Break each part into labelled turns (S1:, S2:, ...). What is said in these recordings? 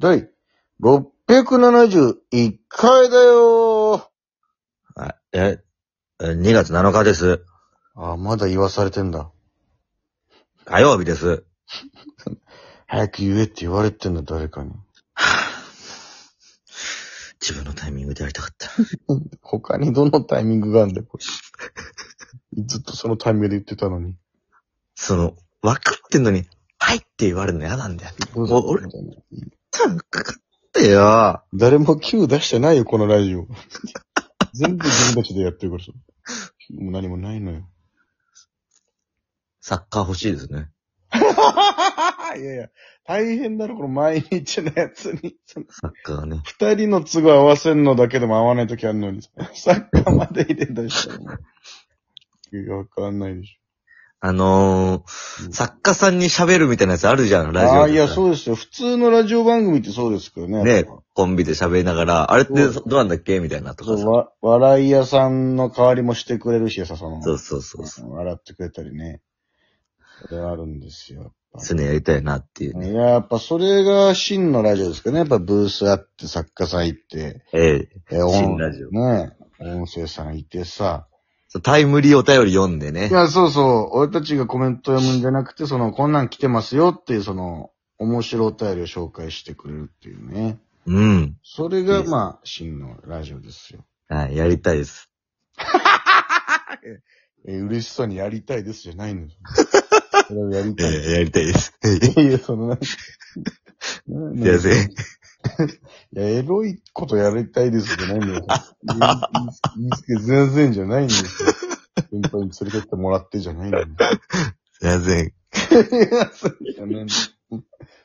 S1: 第671回だよ
S2: あえ、え2月7日です。
S1: あ、まだ言わされてんだ。
S2: 火曜日です。
S1: 早く言えって言われてんだ、誰かに。
S2: 自分のタイミングでやりたかった。
S1: 他にどのタイミングがあんだよ、これ。 ずっとそのタイミングで言ってたのに。
S2: その、分かってんのに、はいって言われるの嫌なんだよ。もう俺たぶんかかってよ。
S1: 誰も Q 出してないよ、このラジオ。 全部自分たちでやってるからさ。Q も何もないのよ。
S2: サッカー欲しいですね。
S1: いやいや、大変だろ、この毎日のやつに。その
S2: サッカーね。
S1: 二人の都合合わせるのだけでも合わないときあるのに、サッカーまで入れ出したらもう。いや、わかんないでし
S2: あの
S1: うん
S2: ー、作家さんに喋るみたいなやつあるじゃん、
S1: ょ。
S2: ラジオで。
S1: ああ、いや、そうですよ。普通のラジオ番組ってそうですけどね。
S2: ねコンビで喋りながら、あれって
S1: そう
S2: どうなんだっけみたいなと
S1: そ
S2: か
S1: う
S2: さ。
S1: わ、笑い屋さんの代わりもしてくれるしさ、その。
S2: そうそうそうそう。
S1: 笑ってくれたりね。それはあるんですよ。
S2: そういうのやりたいなっていう
S1: いや、
S2: ね。
S1: やっぱそれが真のラジオですかね。やっぱブースあって、作家さん行って、
S2: ええ。
S1: え音
S2: 真ラジオ
S1: ね音声さんいてさ。
S2: そうタイムリーお便り読んでね
S1: い。や、そうそう。俺たちがコメント読むんじゃなくて、その、こんなん来てますよっていう、その、面白お便りを紹介してくれるっていうね。
S2: うん。
S1: それ
S2: いい
S1: が、
S2: です
S1: まあ、真のラジオですよ。
S2: はい、やりたいです。
S1: えー、嬉しそうにやりたいですじゃ ないのよ。それをやり
S2: え
S1: たい。
S2: え、やりたいです。
S1: いやいや、その、なんかなん
S2: いや、
S1: かい
S2: せ、
S1: や、エロいことやりたいですじゃない のよ。言いつけ全然じゃないのよ。 先輩に連れてってもらってじゃないのよ。
S2: 全然、
S1: いやそうじゃないのよ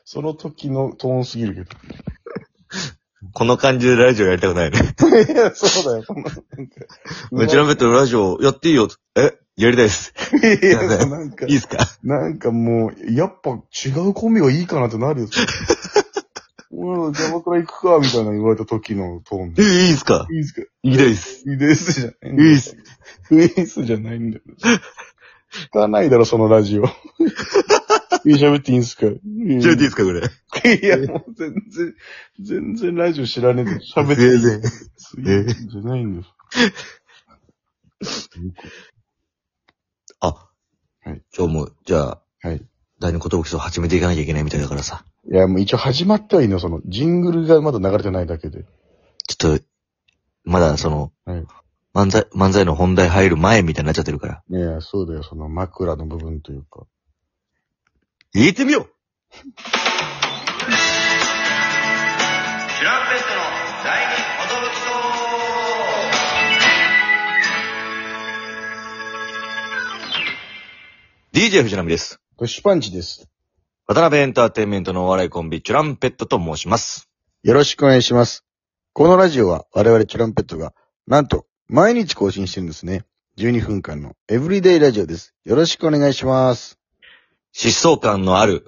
S1: その時のトーンすぎるけど。
S2: この感じでラジオやりたくないね。
S1: いや、 そうだよ。そんななんか
S2: うちのベッドラジオやっていいよ。えやりたいです。
S1: いや、 なんか
S2: いい、ですか
S1: なんかもう、やっぱ違うコンビがいいかなってな るよ。俺らジャバクラ行くか、みたいな言われた時のトーン
S2: え、
S1: で。
S2: い
S1: い
S2: いですか
S1: いですかい
S2: 行きたいです。
S1: いですじゃない。い
S2: いいです。
S1: いいですじゃないんだよ。聞かないだろ、そのラジオ。いい喋っていいんすか
S2: ちょっといい
S1: い
S2: ですかこれ。
S1: や、もう全然、全然ラジオ知らねえで喋っていい
S2: 全然。
S1: いいですじゃないんだよ。
S2: あ
S1: はい、
S2: 今日も、じゃあ、
S1: はい。
S2: 第二言武器を始めていかなきゃいけないみたいだからさ。
S1: いや、もう一応始まってはいいのよ、その、ジングルがまだ流れてないだけで。
S2: ちょっと、まだその
S1: はい、
S2: 漫才、漫才の本題入る前みたいになっちゃってるから。
S1: いや、そうだよ、その枕の部分というか。
S2: 入れてみよう
S3: チュランペットの第二きそう
S2: ！DJ 藤波です。
S1: これ、シュパンチです。
S2: 渡辺エンターテインメントのお笑いコンビ、チュランペットと申します。
S1: よろしくお願いします。このラジオは、我々チュランペットが、なんと、毎日更新してるんですね。12分間のエブリデイラジオです。よろしくお願いします。
S2: 疾走感のある、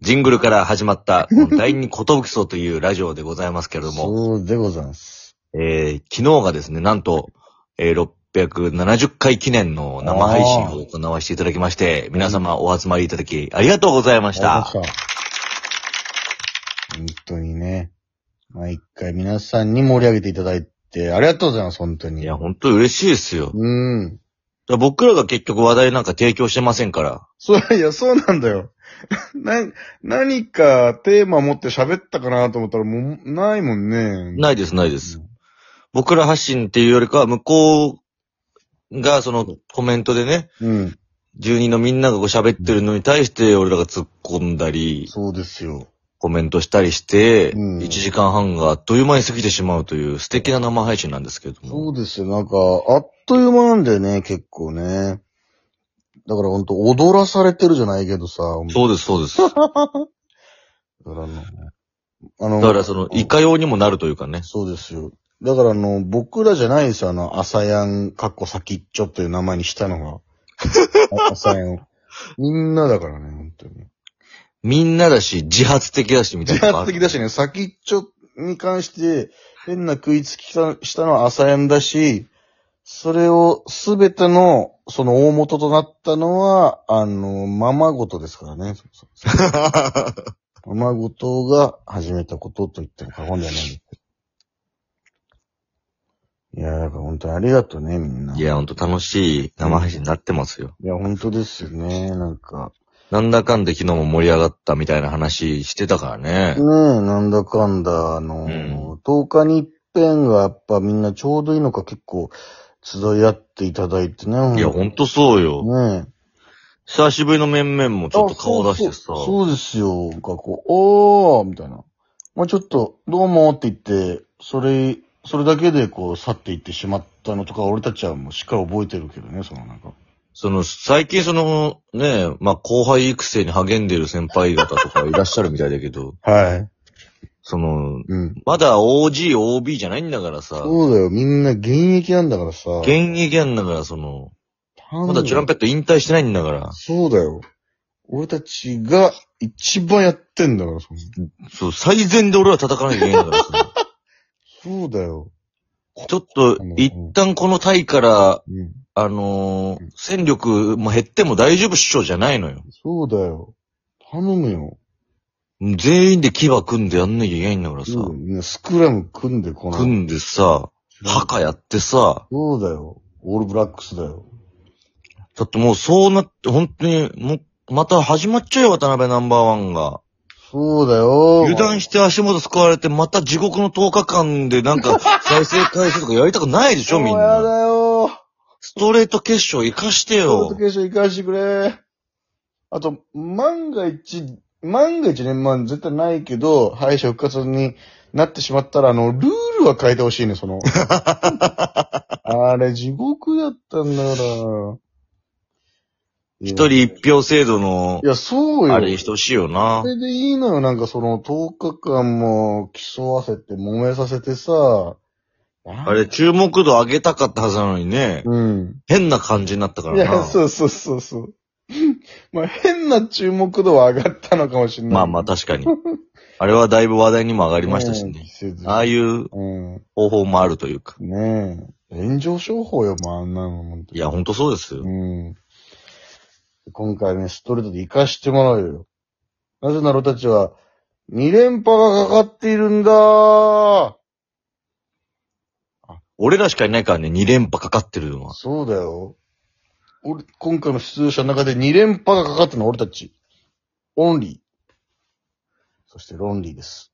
S2: ジングルから始まった、この第二ことぶきそうというラジオでございますけれ ども、
S1: そうでございます。
S2: えー、昨日がですね、なんと、えー、670回記念の生配信を行わせていただきまして、皆様お集まりいただき、ありがとうございました。
S1: 本当にね、毎回皆さんに盛り上げていただいて、ありがとうございます、本当
S2: い
S1: に。
S2: や、本当嬉しいですよ。だか
S1: うん。
S2: ら僕らが結局話題なんか提供してませんから。
S1: そう、いや、そうなんだよ。 な、何かテーマ持って喋ったかなと思ったら、もう、ないもんね。
S2: ないです、ないです。僕ら発信っていうよりかは、向こうがそのコメントでね、
S1: うん。
S2: 住人のみんながこう喋ってるのに対して俺らが突っ込んだり、
S1: そうですよ。
S2: コメントしたりして、
S1: うん
S2: 1時間半があっという間に過ぎてしまうという素敵な生配信なんですけれど
S1: そ
S2: も。
S1: うですよ。なんか、あっという間なんだよね、結構ね。だからほんと、踊らされてるじゃないけどさ。
S2: そうです、そう です。
S1: だ
S2: だ
S1: からあの、あの
S2: からその、いかようにもなるというかね。
S1: そうですよ。だからあの、僕らじゃないですよ、あの、アサヤン、かっこ先っちょという名前にした のが。アサヤンを。みんなだからね、本当に。
S2: みんなだし、自発的だし、みたい
S1: 自
S2: なとこあ
S1: 発
S2: る。
S1: 的だしね、先っちょに関して、変な食いつきしたしたのは朝やんだし、それをすべての、その大 元となったのは、あの、ままごとですからね。そうそうままごとが始めたことと言っても過言ではないです。いや、だから本当にありがとうね、みんな。
S2: いや、ほんと楽しい生配信になってますよ。
S1: いや、本当ですよね、なんか。
S2: なんだかんで昨日も盛り上がったみたいな話してたから
S1: ね
S2: ね
S1: え、。なんだかんだ、あの、
S2: うん
S1: 10日に一遍がやっぱみんなちょうどいいのか結構集い合っていただいてね。
S2: いや、ほんとそうよ。
S1: ねえ。
S2: 久しぶりの面々もちょっと顔出してさ
S1: あ。そうそうそうですよ。がこう、おーみたいな。まあちょっと、どうもって言って、それ、それだけでこう、去っていってしまったのとか、俺たちはもうしっかり覚えてるけどね、そのなんか。
S2: その、最近その、ねえ、まあ、後輩育成に励んでる先輩方とかいらっしゃるみたいだけど、
S1: はい。
S2: その、
S1: うん。
S2: まだ OG、OB じゃないんだからさ、
S1: そうだよ、みんな現役なんだからさ。
S2: 現役なんだから、その、ま
S1: ま
S2: だチュランペット引退してないんだから、
S1: そうだよ。俺たちが一番やってんだから、その
S2: そう、最善で俺は叩かなきゃいけないんだから さ、
S1: そうだよ。
S2: ちょっと、一旦このタイから、
S1: うん。
S2: あのー戦力も減っても大丈夫っしょじゃないのよ。
S1: そうだよ。頼むよ。
S2: 全員で牙組んでやんなきゃいけないんだからさ、
S1: うんみんなスクラム組んでこの。
S2: 組んでさ、墓やってさ、
S1: そうだよ。オールブラックスだよ。
S2: だってもうそうなって、本当に、もう、また始まっちゃうよ、渡辺ナンバーワンが。
S1: そうだよ。
S2: 油断して足元救われて、また地獄の10日間でなん か再生回数とかやりたくないでしょ、みん
S1: そうや
S2: な。
S1: だよ。
S2: ストレート決勝生かして
S1: コート
S2: よ。
S1: 決勝行かしてくれ。あと、万が一、万が一ね、まあ絶対ないけど、敗者復活になってしまったら、あの、ルールは変えてほしいね、その。あれ、地獄だったんだから。い
S2: 一
S1: や。い
S2: 人一票制度の、
S1: や、そうよ。
S2: あれにしてほしいよな
S1: そ。れでいいのよ、なんかその、10日間も競わせて、揉めさせてさ。
S2: あ
S1: あ
S2: れ、注目度上げたかったはずなのにね、
S1: うん。
S2: 変な感じになったか
S1: い
S2: ら
S1: や、
S2: な。
S1: そうそうそうそう。 まあ、変な注目度は上がったのかもしれない。
S2: まあまあ
S1: あ
S2: 確かに。あれはだいぶ話題にも上がりましたしね。ああ
S1: い
S2: いう
S1: うん。
S2: 方法もあるというか。
S1: ねえ。炎上商法よ、もうあんなのも。
S2: いや、ほんとそうですよ
S1: う。ん。今回ね、ストレートで活かしてもらうよ。なぜなら俺たちは、2連覇がかかっているんだー
S2: 俺らしかいないからね、2連覇かかってるのは。
S1: そうだよ。俺、今回の出場者の中で2連覇がかかってるのは俺たち。オンリー。そしてロンリーです。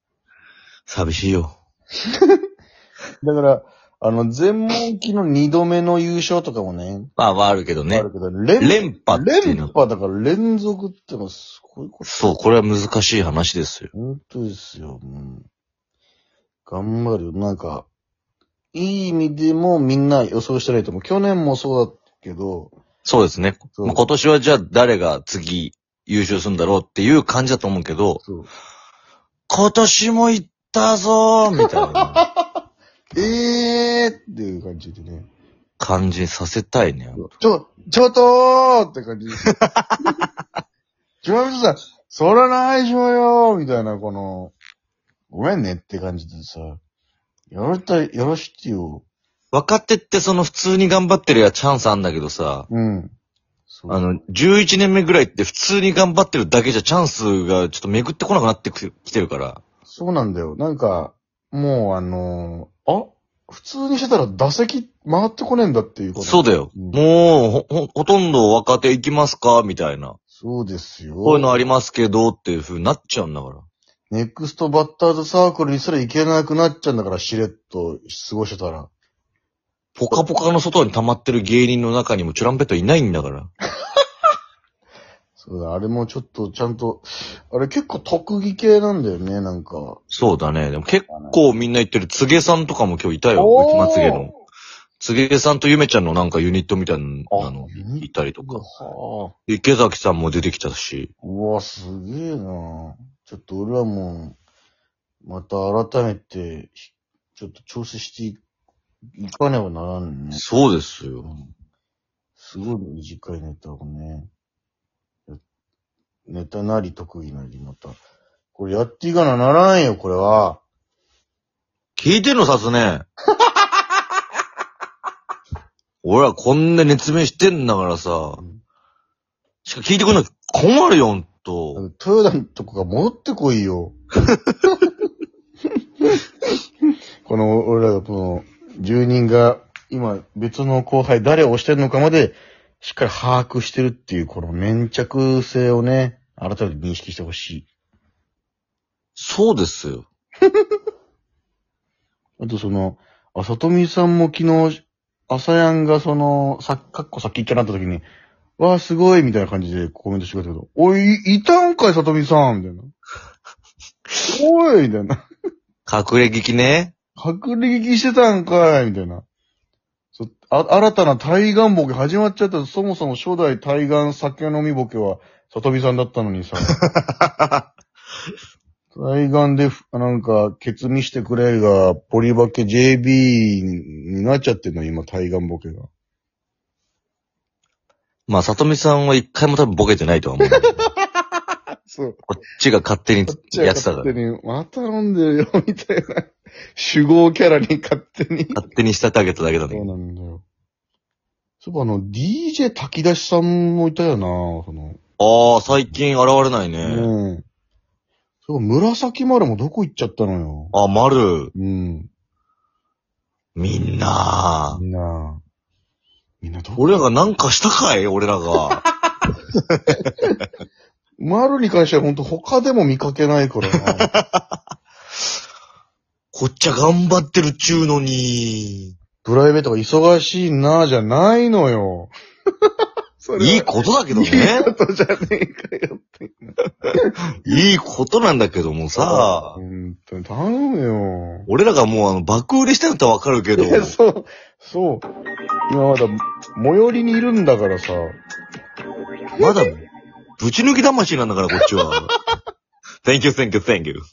S2: 寂しいよ。
S1: だから、あの、全問期の二度目の優勝とかもね、
S2: まあ、はあるけど
S1: あ
S2: ね
S1: る。けど、連
S2: 連覇っていう
S1: 連
S2: のは、
S1: 覇だから連続ってのはすごいこと。
S2: そう、これは難しい話ですよ。
S1: 本当ですよ、うん。頑張るよ。なんか、いい意味でもみんな予想してないと思う。去年もそうだけど、
S2: そうですね。
S1: そう
S2: まあ今年はじゃあ誰が次優勝するんだろうっていう感じだと思うけど、
S1: そう
S2: 今年も行ったぞーみたいな
S1: えーっていう感じでね。
S2: 感じさせたいね。
S1: ちょ、ちょっとーって感じです。ちなみにさん、そらないしょよーみたいな、この、ごめんねって感じでさ、やられたらやらしてよ。
S2: 若手ってその普通に頑張ってるやチャンスあんだけどさ、
S1: うん。そう
S2: あ、の、11年目ぐらいって普通に頑張ってるだけじゃチャンスがちょっと巡ってこなくなってきてるから、
S1: そうなんだよ。なんか、もうあのーあ普通にしてたら打席回ってこねえんだっていうこと。
S2: そうだよ。
S1: うん
S2: もう、ほ、ほ、ほとんど若手行きますかみたいな。
S1: そうですよ。
S2: こういうのありますけど、っていう風になっちゃうんだから。
S1: ネクストバッターズサークルにすら行けなくなっちゃうんだから、しれっと過ごしてたら。
S2: ポカポカの外に溜まってる芸人の中にもチュランペットいないんだから。
S1: そうだ、あれもちょっとちゃんと、あれ結構特技系なんだよね、なんか。
S2: そうだね。でも結構みんな言ってる、つげさんとかも今日いたよ。
S1: おー
S2: 浮きまつげの。つげさんとゆめちゃんのなんかユニットみたいなの
S1: ユニット
S2: いたりとか。
S1: はあ。
S2: 池崎さんも出てきたし。
S1: うわ、すげえなちょっと俺はもう、また改めて、ひちょっと調整していいかねばならんね。
S2: そうです
S1: う
S2: よ。
S1: んすごい短いネタをね、やネタなり特技なりまた、これやっていかなならんよ、これは。
S2: 聞いてんのさ すね。俺らこんな熱弁してんだからさ
S1: うん。
S2: しか聞いてくんの困るよ、ほんと、
S1: トヨタのとこが戻ってこいよ。この、俺らがこの、住人が、今、別の後輩誰を推してるのかまで、しっかり把握してるっていう、この粘着性をね、改めて認識してほし
S2: そうですよ。
S1: い。あとその、あ、里見さんも昨日、朝やんがその、さ、かっこ先っきゃなった時に、わあ、すごいみたいな感じでコメントしてくれたけど、おい、いたんかい、里見さんみたいな。おいみたいな。
S2: 隠れ聞きね。
S1: 隔離劇してたんかい、みたいな。そあ新たな対岸ボケ始まっちゃった。そもそも初代対岸酒飲みボケは、里見さんだったの にさ。対岸でふ、なんか、ケツ見してくれが、ポリバケ JB になっちゃってんの、今、対岸ボケが。
S2: まあ、里見さんは一回も多分ボケてないとは思う。
S1: そう。
S2: こっちが勝手にやってたから。
S1: に、また飲んでるよ、みたいな。主語キャラに勝手に。
S2: 勝手に仕立て上げただけ
S1: そ
S2: だ
S1: う
S2: ね。
S1: なんだよ。そういえばあの、DJ 炊き出しさんもいたよなその、
S2: ああ、最近現れないね。
S1: うん。そういえば紫丸もどこ行っちゃったのよ。
S2: あ、
S1: う
S2: 丸。
S1: ん。
S2: みんな。
S1: みんな、みんなどこ
S2: 俺らがなんかしたかい俺らが。
S1: 丸に関しては本当他でも見かけないからな。
S2: こっちは頑張ってるっちゅうのに。
S1: プライベートが忙しいなじゃないのよ。 それはい
S2: いことだけど
S1: いい
S2: ね。
S1: ことじゃねえかよって。
S2: いいことなんだけどもさ。
S1: 本当に頼むよ。
S2: 俺らがもうあの、爆売れしてんだったらわかるけど。
S1: いや、そう、そう。今まだ、最寄りにいるんだからさ。
S2: まだ、ぶち抜き魂なんだから、こっちは。Thank you, thank you, thank you.